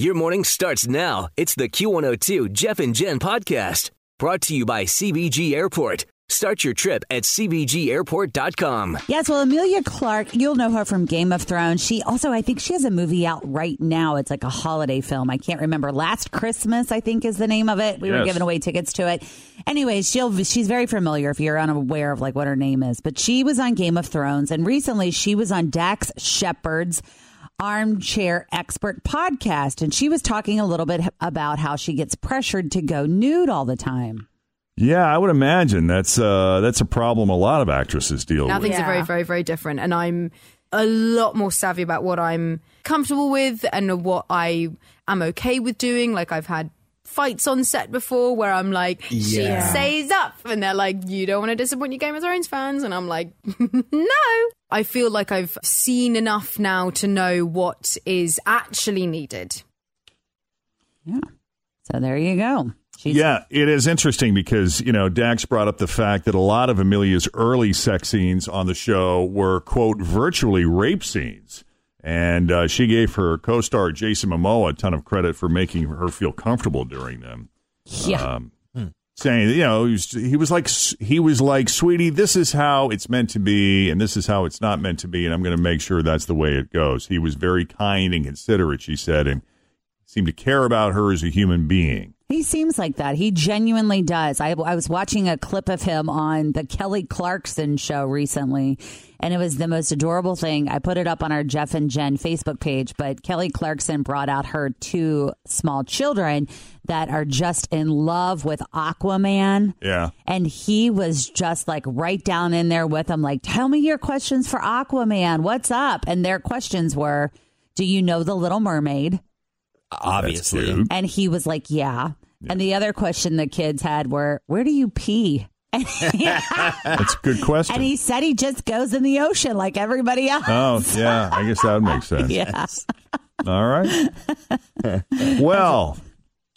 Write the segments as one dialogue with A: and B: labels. A: Your morning starts now. It's the Q102 Jeff and Jen podcast brought to you by CBG Airport. Start your trip at CBGAirport.com.
B: Yes, well, Amelia Clark, you'll know her from Game of Thrones. She also, I think she has a movie out right now. It's like a holiday film. I can't remember. Last Christmas, I think, is the name of it. We were
C: Yes.
B: giving away tickets to it. Anyways, she'll she's very familiar if you're unaware of like what her name is. But she was on Game of Thrones, and recently she was on Dax Shepard's Armchair Expert podcast, and she was talking a little bit about how she gets pressured to go nude all the time.
C: Yeah, I would imagine that's uh, that's a problem a lot of actresses deal
D: Now
C: with.
D: things are very, very, very different, and I'm a lot more savvy about what I'm comfortable with and what I am okay with doing. Like I've had fights on set before where I'm like, she stays up, and they're like, you don't want to disappoint your Game of Thrones fans, and I'm like, no. I feel like I've seen enough now to know what is actually needed.
B: Yeah. So there you go. She's
C: yeah, it is interesting because, you know, Dax brought up the fact that a lot of Amelia's early sex scenes on the show were, quote, virtually rape scenes. And uh, she gave her co star Jason Momoa a ton of credit for making her feel comfortable during them.
B: yeah.
C: Um,
B: Hmm.
C: Saying, you know, he was, he was like, he was like, sweetie, this is how it's meant to be, and this is how it's not meant to be, and I'm going to make sure that's the way it goes. He was very kind and considerate, she said, and seemed to care about her as a human being.
B: He seems like that. He genuinely does. I, I was watching a clip of him on the Kelly Clarkson show recently, and it was the most adorable thing. I put it up on our Jeff and Jen Facebook page, but Kelly Clarkson brought out her two small children that are just in love with Aquaman.
C: Yeah.
B: And he was just like right down in there with them, like, tell me your questions for Aquaman. What's up? And their questions were, do you know the Little Mermaid?
C: That's
E: Obviously.
C: cute.
B: And he was like, yeah. And the other question the kids had were, where do you pee? And he,
C: That's a good question.
B: and he said he just goes in the ocean like everybody else.
C: oh, yeah. I guess that would make sense.
B: yeah.
C: All right. well,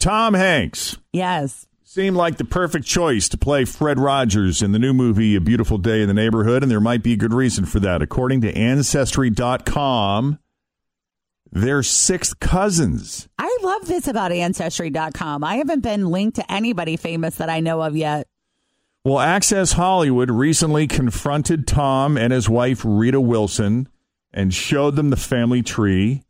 C: Tom Hanks
B: Yes.
C: seemed like the perfect choice to play Fred Rogers in the new movie A Beautiful Day in the Neighborhood, and there might be a good reason for that. According to Ancestry.com, they're sixth cousins.
B: I love this about Ancestry.com. I haven't been linked to anybody famous that I know of yet.
C: Well, Access Hollywood recently confronted Tom and his wife Rita Wilson and showed them the family tree.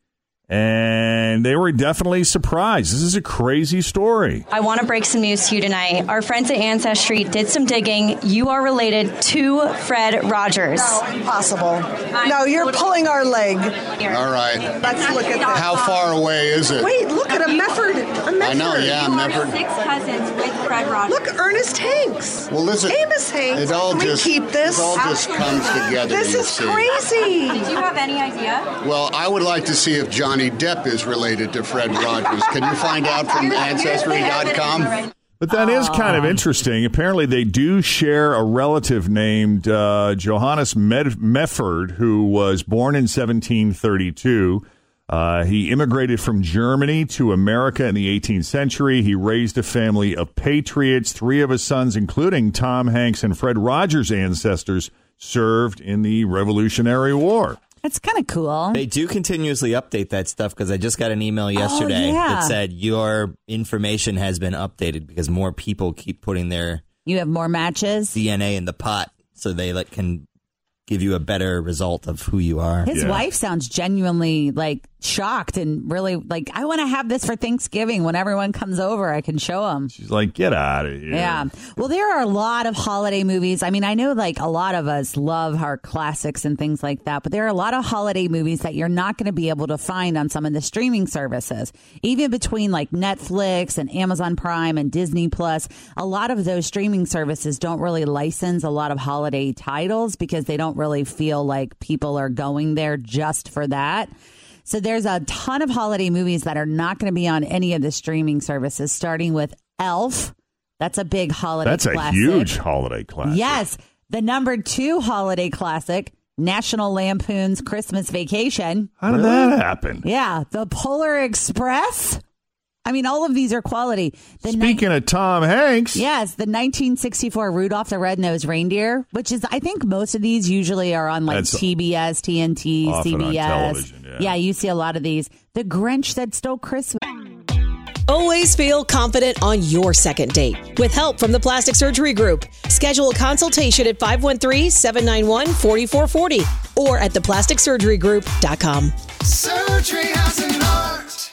C: And they were definitely surprised. This is a crazy story.
F: I want to break some news to you tonight. Our friends at Ancestry did some digging. You are related to Fred Rogers.
G: Impossible. No, you're pulling our leg.
H: All right.
G: Let's look at that.
H: How far away is it?
G: Wait, look at a Mefford. A Mefford.
H: I know, yeah, I'm never.
F: Six cousins with Fred Rogers.
G: Look, Ernest Hanks.
H: Well, listen.
G: Amos Hanks.
H: It all
G: Can we
H: just
G: keep this?
H: It all just comes together.
G: This
H: you
G: is
H: see.
G: crazy.
F: Do you have any idea?
H: Well, I would like to see if Johnny Depp is related to Fred Rogers. Can you find out from Ancestry.com?
C: But that is kind
B: Ah.
C: of interesting. Apparently, they do share a relative named uh, Johannes Med- Mefford, who was born in 1732. Uh, he immigrated from Germany to America in the 18th century. He raised a family of patriots. Three of his sons, including Tom Hanks and Fred Rogers' ancestors, served in the Revolutionary War.
B: That's kind of cool.
E: They do continuously update that stuff because I just got an email yesterday
B: Oh, yeah.
E: that said your information has been updated because more people keep putting their
B: You have more matches.
E: DNA in the pot so they like can
A: give you a better result of who you are.
B: His wife sounds genuinely like shocked and really like, I want to have this for Thanksgiving. When everyone comes over, I can show them.
C: She's like, get out of here.
B: Yeah. Well, there are a lot of holiday movies. I mean, I know like a lot of us love our classics and things like that, but there are a lot of holiday movies that you're not going to be able to find on some of the streaming services. Even between like Netflix and Amazon Prime and Disney Plus, a lot of those streaming services don't really license a lot of holiday titles because they don't really feel like people are going there just for that. So there's a ton of holiday movies that are not going to be on any of the streaming services, starting with Elf. That's a big holiday
C: That's a
B: classic.
C: huge holiday classic.
B: Yes. The number two holiday classic, National Lampoon's Christmas Vacation.
C: How did that happen?
B: Yeah. The Polar Express. I mean, all of these are quality. The ni-
C: Speaking of Tom Hanks,
B: yes, the 1964 Rudolph the Red-Nosed Reindeer, which is, I think most of these usually are on like
C: That's
B: TBS, TNT,
C: often on
B: CBS.
C: television, yeah.
B: you see a lot of these. The Grinch That Stole Christmas.
I: Always feel confident on your second date. With help from the Plastic Surgery Group, schedule a consultation at 513-791-4440 or at theplasticsurgerygroup.com.
J: Surgery has an art.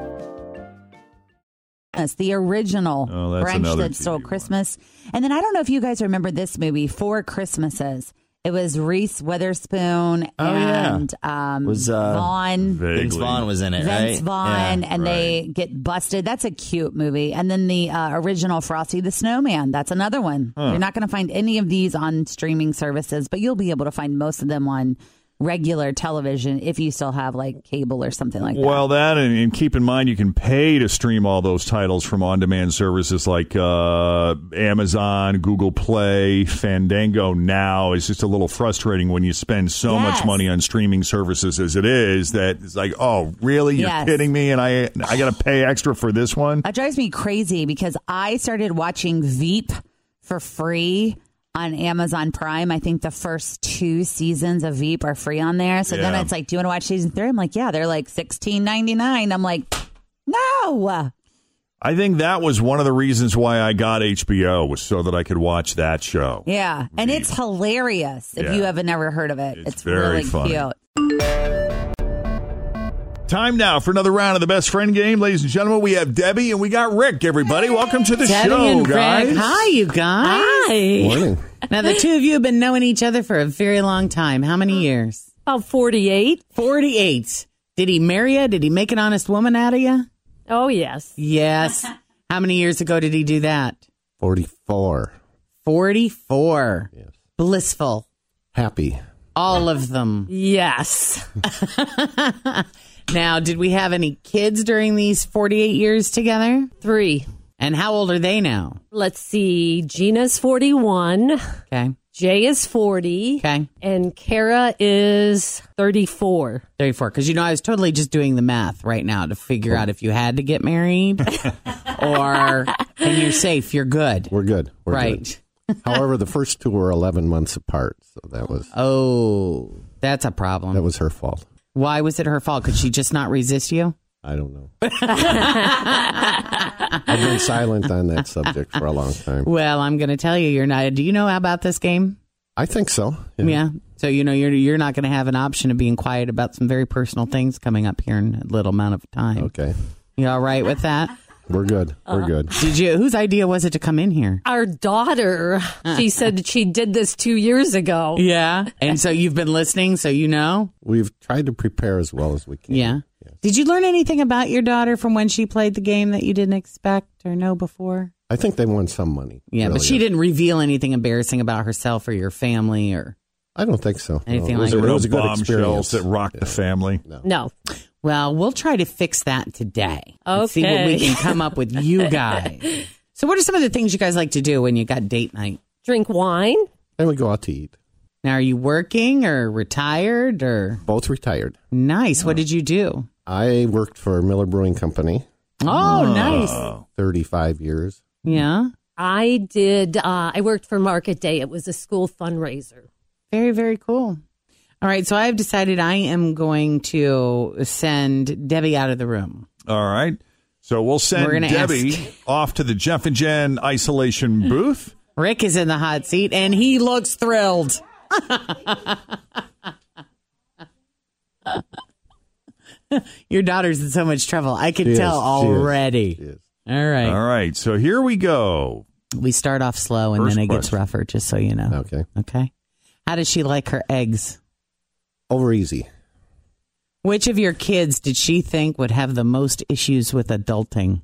B: the original
C: Oh, that's
B: Grinch
C: another
B: That
C: TV
B: Stole
C: one.
B: Christmas. And then I don't know if you guys remember this movie, Four Christmases. It was Reese Witherspoon
A: Oh, yeah.
B: and um,
A: Was, uh,
B: Vaughn.
C: Vaguely.
A: Vince Vaughn was in it, right?
B: Vince Vaughn,
A: Yeah.
B: and they get busted. That's a cute movie. And then the uh, original Frosty the Snowman. That's another one. You're not going to find any of these on streaming services, but you'll be able to find most of them on regular television if you still have like cable or something like
C: Well, that and, and keep in mind you can pay to stream all those titles from on-demand services like uh, Amazon, Google Play, Fandango. Now it's just a little frustrating when you spend so
B: Yes.
C: much money on streaming services as it is that it's like, oh, really? You're
B: Yes.
C: kidding me? And I I got to pay extra for this one?
B: That drives me crazy because I started watching Veep for free on Amazon Prime. I think the first two seasons of Veep are free on there. So then
C: Yeah.
B: it's like, do you want to watch season three? I'm like, yeah, they're like sixteen ninety nine. I'm like, no.
C: I think that was one of the reasons why I got HBO was so that I could watch that show.
B: Yeah. And it's hilarious if
C: Yeah.
B: you haven't ever heard of it. It's,
C: It's very
B: really
C: funny.
B: cute.
C: Time now for another round of the best friend game, ladies and gentlemen. We have Debbie and we got Rick. Everybody, welcome to the
K: Debbie
C: show,
K: and Rick.
C: guys.
K: Hi, you guys. Hi. Now, the two of you have been knowing each other for a very long time. How many years? About 48. 48. Did he marry you? Did he make an honest woman out of you? Oh, yes. Yes. How many years ago did he do that?
H: 44.
K: 44. Blissful.
H: Happy.
K: All of them. Yes. now, did we have any kids during these 48 years together? Three. And how old are they now?
L: Let's see. Gina's 41.
K: Okay.
L: Jay is 40.
K: Okay.
L: And Kara is 34.
K: 34. Because, you know, I was totally just doing the math right now to figure out if you had to get married or, and you're safe, you're good.
H: We're good. We're
K: Right.
H: good. However, the first two were 11 months apart. So that was.
K: Oh, that's a problem.
H: That was her fault.
K: Why was it her fault? Could she just not resist you?
H: I don't know. I've been silent on that subject for a long time.
K: Well, I'm going to tell you, you're not. Do you know about this game?
H: I think so.
K: Yeah. So you know you're you're not going to have an option of being quiet about some very personal things coming up here in a little amount of time.
H: Okay.
K: You all right with that?
H: We're good.
G: Uh-huh.
H: We're good.
K: Did you? Whose idea was it to come in here?
L: Our daughter, she said that she did this two years ago.
K: Yeah. And so you've been listening, so you know.
H: We've tried to prepare as well as we can.
K: Yeah. Did you learn anything about your daughter from when she played the game that you didn't expect or know before?
H: I think they won some money.
K: Yeah, but
H: earlier.
K: she didn't reveal anything embarrassing about herself or your family or
H: I don't think so. No,
K: Anything
H: it was
K: like
H: a-
K: that.
H: it was a good experience.
C: bombshells that rocked the family.
L: No.
K: Well, we'll try to fix that today. and See what we
L: Okay.
K: can come up with, you guys. So, what are some of the things you guys like to do when you got date night?
L: Drink wine.
H: And we go out to eat.
B: Now, are you working or retired or
H: both retired?
B: Nice. What did you do?
H: I worked for Miller Brewing Company.
B: Oh,
M: Ah.
B: nice.
H: 35 years.
B: Yeah.
M: I did. Uh, I worked for Market Day. It was a school fundraiser.
B: Very, very cool. All right, so I've decided I am going to send Debbie out of the room.
C: All right. So we'll
B: We're
C: send
B: gonna
C: Debbie off to the Jeff and Jen isolation booth.
B: Rick is in the hot seat and he looks thrilled. Your daughter's in so much trouble. I can
C: She is,
B: tell
C: she is,
B: already.
C: she is.
B: All right.
C: All right. So here we go.
B: We start off slow and
C: First
B: then it gets
C: question.
B: rougher, just so you know.
H: Okay.
B: Okay. How does she like her eggs?
H: Over easy.
B: Which of your kids did she think would have the most issues with adulting?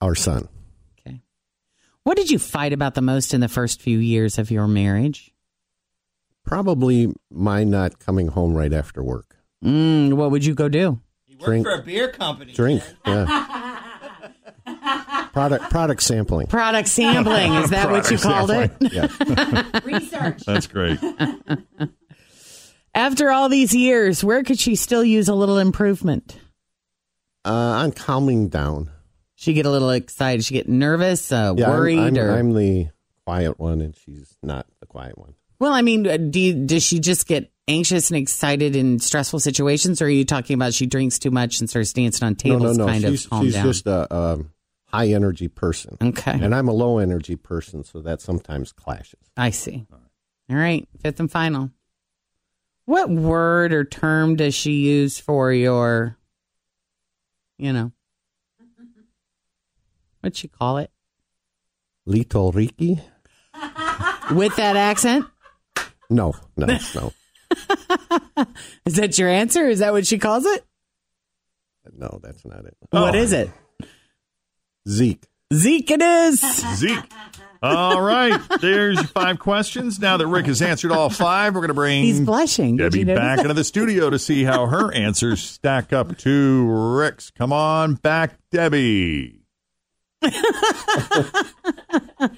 H: Our son.
B: What did you fight about the most in the first few years of your marriage?
H: Probably my not coming home right after work.
B: Mm, what would you go do?
H: Drink.
E: for a beer company.
H: Drink. Yeah. product product sampling.
B: Product sampling. Is that what you called it?
H: Yeah.
B: Research.
C: That's great.
B: After all these years, where could she still use a little improvement?
H: Uh, I'm calming down.
B: She get a little excited. She get nervous, uh,
H: Yeah, I'm-
B: worried,
H: I'm,
B: or
H: I'm the quiet one, and she's not the quiet one.
B: well, I mean, uh, do you, does she just get anxious and excited in stressful situations, or are you talking about she drinks too much and starts dancing on tables?
H: no, no, no.
B: kind
H: she's
B: of calm
H: she's
B: down.
H: just a, um high energy person.
B: Okay.
H: And I'm a low energy person, so that sometimes clashes.
B: I see. All right, fifth and final. What word or term does she use for your, you know, what she call it
H: Lito Ricky?
B: with that accent?
H: No, no, no,
B: Is that your answer? Is that what she calls it?
H: no. That's not it.
B: What is it?
H: Zeke.
B: Zeke it is.
C: Zeke. All right. There's your five questions. Now that Rick has answered all five, we're going to bring
B: He's blushing. Did
C: Debbie
B: you notice
C: back
B: that?
C: into the studio to see how her answers stack up to Rick's. Come on back, Debbie. all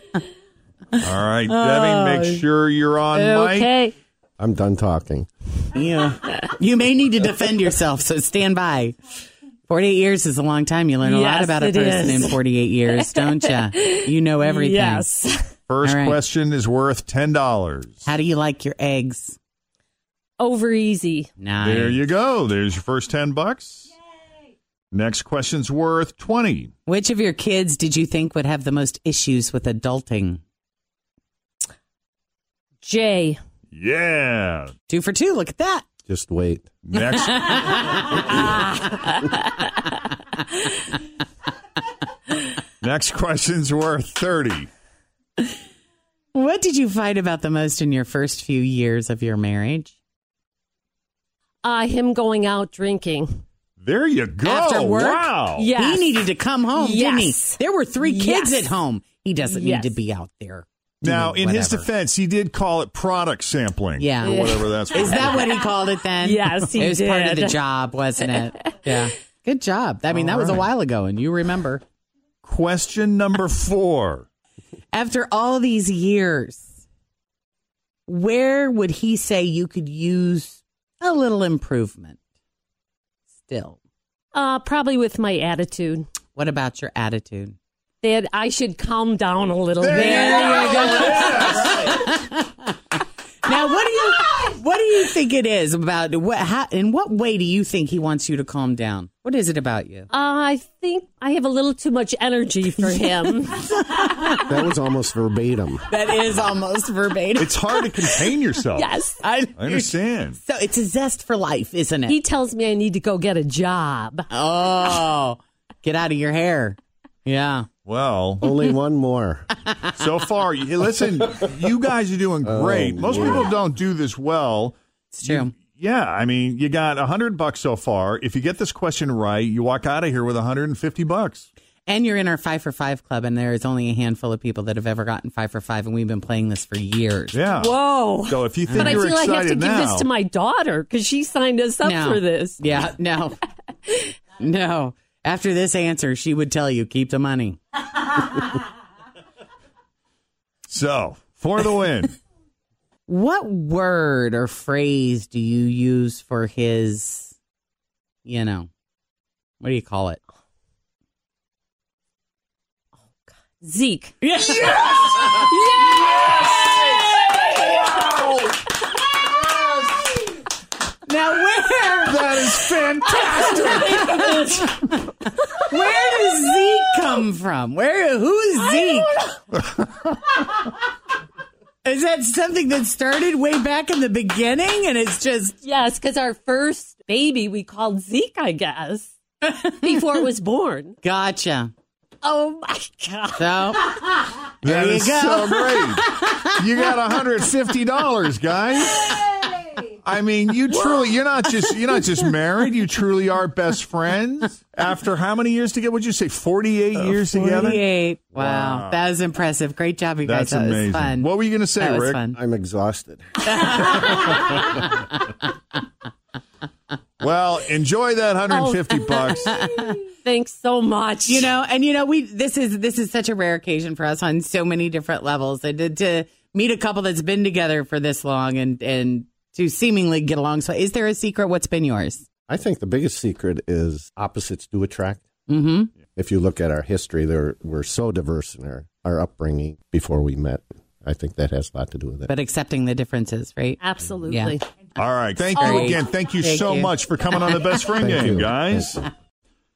C: right, Debbie,
B: Oh.
C: make sure you're on mic.
H: I'm done talking.
B: Yeah. You may need to defend yourself, so stand by. 48 years is a long time. You learn a lot
M: Yes,
B: about a
M: it
B: person
M: is.
B: in 48 years, don't you? You know everything.
M: Yes.
C: First
B: All right.
C: question is worth $10.
B: How do you like your eggs?
M: Over easy.
B: Nice.
C: There you go. There's your first 10 bucks. Next question's worth 20.
B: Which of your kids did you think would have the most issues with adulting?
M: Jay.
C: Yeah.
B: Two for two. Look at that.
H: Just wait.
C: Next Next question's worth 30.
B: What did you fight about the most in your first few years of your marriage?
M: Uh, him going out drinking.
C: There you go.
B: After work?
C: Wow.
M: Yes.
B: He needed to come home, didn't he?
M: Yes.
B: There were three kids
M: Yes.
B: at home. He doesn't
M: Yes.
B: need to be out there.
C: Now, in his
B: Whatever.
C: defense, he did call it product sampling.
B: Yeah.
C: Or whatever that's
B: Is that what he called it then?
M: Yes, he
B: it was part of the
M: did.
B: job, wasn't it? Yeah. Good job. I mean,
C: All
B: that was a
C: right.
B: while ago, and you remember.
C: Question number four.
B: After all these years, where would he say you could use a little improvement? Still,
M: Uh, probably with my attitude.
B: what about your attitude?
M: That I should calm down a little
C: There
M: bit.
C: you go. Yes.
B: Now, what do you what do you think it is about? What how, in what way do you think he wants you to calm down? What is it about you?
M: Uh, I think I have a little too much energy for him.
H: That was almost verbatim.
B: That is almost verbatim.
C: It's hard to contain yourself.
M: yes.
B: I,
C: I understand.
B: So it's a zest for life, isn't it?
M: He tells me I need to go get a job.
B: Oh, get out of your hair. Yeah.
C: Well,
H: Only one more.
C: so far, you- listen, you guys are doing
H: Oh,
C: great. Most people don't do this well.
B: It's true.
C: Yeah, I mean, you got a 100 bucks so far. If you get this question right, you walk out of here with a 150 bucks.
B: And you're in our five for five club, and there is only a handful of people that have ever gotten five for five, and we've been playing this for years.
C: Yeah.
M: Whoa.
C: So if you think
M: But I
C: you're
M: feel I
C: excited
M: have to give
C: now,
M: this to my daughter because she signed us up
B: No.
M: for this.
B: Yeah, no. no. After this answer, she would tell you keep the money.
C: so for the win.
B: What word or phrase do you use for his, you know, what do you call it?
M: Zeke.
B: Yes. Now where?
C: That is
B: fantastic. where does Zeke come from? Where? Who's Zeke? Is that something that started way back in the beginning, and it's just
M: yes, because our first baby we called Zeke, I guess, before it was born.
B: gotcha?
M: Oh my god!
B: So
C: That
B: you
C: is
B: go.
C: so great. You got $150, guys. I mean, you truly you're not just you're not just married, you truly are best friends. After how many years together? Would you say 48
M: Uh,
C: years together?
B: 48. Wow.
C: Wow.
B: that was impressive. Great job, you guys.
C: That's
B: that
C: amazing.
B: was fun.
C: What were you going to say,
B: That was
C: Rick?
B: fun.
H: I'm exhausted.
C: Well, enjoy that
B: Oh.
C: 150 bucks.
M: Thanks so much.
B: You know, and you know, we this is this is such a rare occasion for us on so many different levels. And to, to meet a couple that's been together for this long and and to seemingly get along. So, is there a secret? What's been yours?
H: I think the biggest secret is opposites do attract.
B: Mm-hmm.
H: If you look at our history, there we're so diverse in our, our upbringing before we met. I think that has a lot to do with it.
B: But accepting the differences, right?
M: Absolutely.
C: All right. Thank you
B: Great.
C: again. Thank you
B: Thank
C: so
B: you.
C: much for coming on the Best Friend
H: Thank
C: Game,
H: you.
C: guys.
H: Thank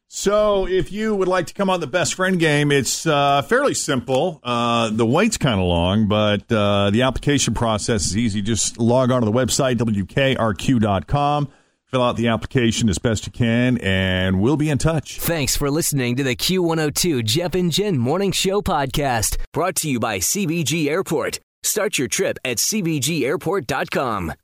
C: So, if you would like to come on the Best Friend Game, it's uh, fairly simple. Uh, the wait's kind of long, but uh, the application process is easy. Just log on to the website, wkrq.com, fill out the application as best you can, and we'll be in touch.
A: Thanks for listening to the Q102 Jeff and Jen Morning Show podcast, brought to you by CBG Airport. Start your trip at CBGAirport.com.